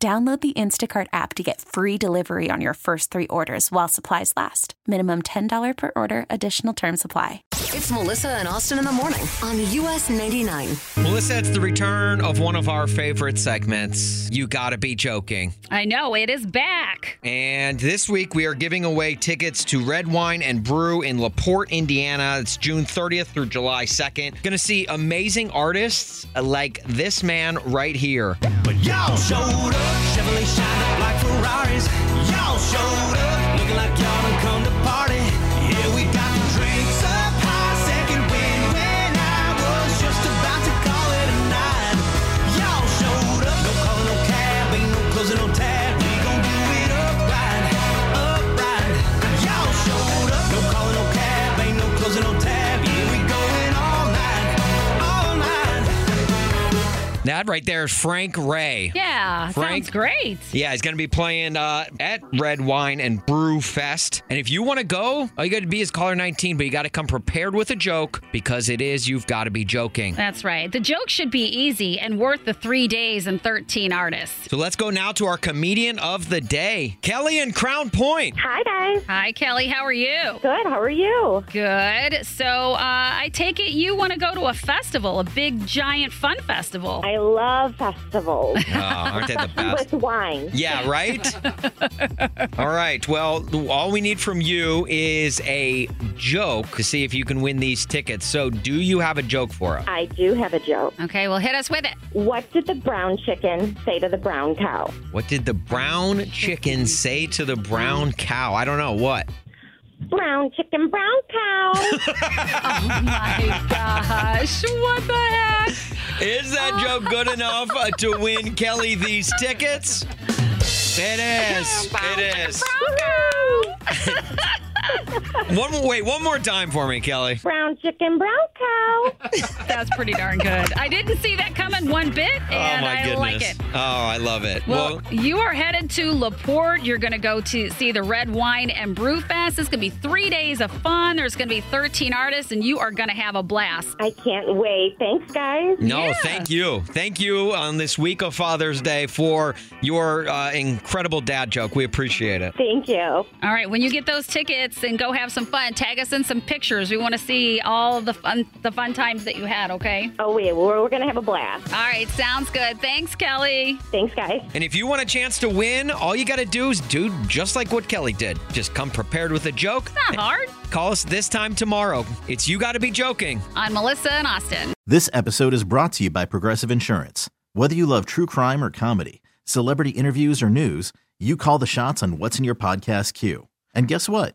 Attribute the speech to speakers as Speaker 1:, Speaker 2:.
Speaker 1: Download the Instacart app to get free delivery on your first three orders while supplies last. Minimum $10 per order, additional term supply.
Speaker 2: It's Melissa and Austin in the morning on US 99.
Speaker 3: Melissa, it's the return of one of our favorite segments. You gotta be joking.
Speaker 4: I know, it is back.
Speaker 3: And this week we are giving away tickets to Red Wine and Brew in LaPorte, Indiana. It's June 30th through July 2nd. Gonna see amazing artists like this man right here.
Speaker 5: But y'all showed up, Chevrolet shine up like Ferraris. Y'all showed up, looking like y'all done come to party. Yeah, we got the drinks up high, second wind when I was just about to call it a night. Y'all showed up, no calling no cab, ain't no closing no tab. We gon' do it upright, upright. Y'all showed up, no calling no cab, ain't no closing no tab. Yeah, we going all night, all night.
Speaker 3: That right there is Frank Ray.
Speaker 4: Yeah,
Speaker 3: Frank.
Speaker 4: sounds great.
Speaker 3: Yeah, he's going to be playing uh, at Red Wine and Brew Fest. And if you want to go, all you got to be is caller 19, but you got to come prepared with a joke because it is You've Got to Be Joking.
Speaker 4: That's right. The joke should be easy and worth the three days and 13 artists.
Speaker 3: So let's go now to our comedian of the day, Kelly in Crown Point.
Speaker 6: Hi, guys.
Speaker 4: Hi, Kelly. How are you?
Speaker 6: Good. How are you?
Speaker 4: Good. So uh, I take it you want to go to a festival, a big, giant fun festival.
Speaker 6: I love festivals
Speaker 3: Oh, aren't they the best?
Speaker 6: with wine.
Speaker 3: Yeah, right? all right. Well, all we need from you is a joke to see if you can win these tickets. So, do you have a joke for us?
Speaker 6: I do have a joke.
Speaker 4: Okay, well, hit us with it.
Speaker 6: What did the brown chicken say to the brown cow?
Speaker 3: What did the brown chicken say to the brown cow? I don't know. What?
Speaker 6: Brown chicken, brown cow.
Speaker 4: My gosh, what the heck?
Speaker 3: Is that joke good enough uh, to win Kelly these tickets? It is. It is. One more, wait, one more time for me, Kelly.
Speaker 6: brown chicken, brown cow.
Speaker 4: That's pretty darn good. I didn't see that coming one bit, and
Speaker 3: oh my
Speaker 4: I
Speaker 3: goodness.
Speaker 4: like it.
Speaker 3: Oh, I love it.
Speaker 4: Well, you are headed to LaPorte. You're going to go to see the Red Wine and Brew Fest. It's going to be three days of fun. There's going to be 13 artists, and you are going to have a blast.
Speaker 6: I can't wait. Thanks, guys.
Speaker 3: No, thank you. Thank you on this week of Father's Day for your uh, incredible dad joke. We appreciate it.
Speaker 6: Thank you.
Speaker 4: All right, when you get those tickets and go have some fun, tag us in some pictures. We want to see all the fun, the fun times that you had. Okay.
Speaker 6: Oh, yeah. We're, we're going to have a blast.
Speaker 4: All right, sounds good. Thanks, Kelly.
Speaker 6: Thanks, guys.
Speaker 3: And if you want a chance to win, all you got to do is do just like what Kelly did. Just come prepared with a joke.
Speaker 4: Not hard.
Speaker 3: Call us this time tomorrow. It's You Gotta Be Joking.
Speaker 4: I'm Melissa and Austin.
Speaker 7: This episode is brought to you by Progressive Insurance. Whether you love true crime or comedy, celebrity interviews or news, you call the shots on what's in your podcast queue. And guess what?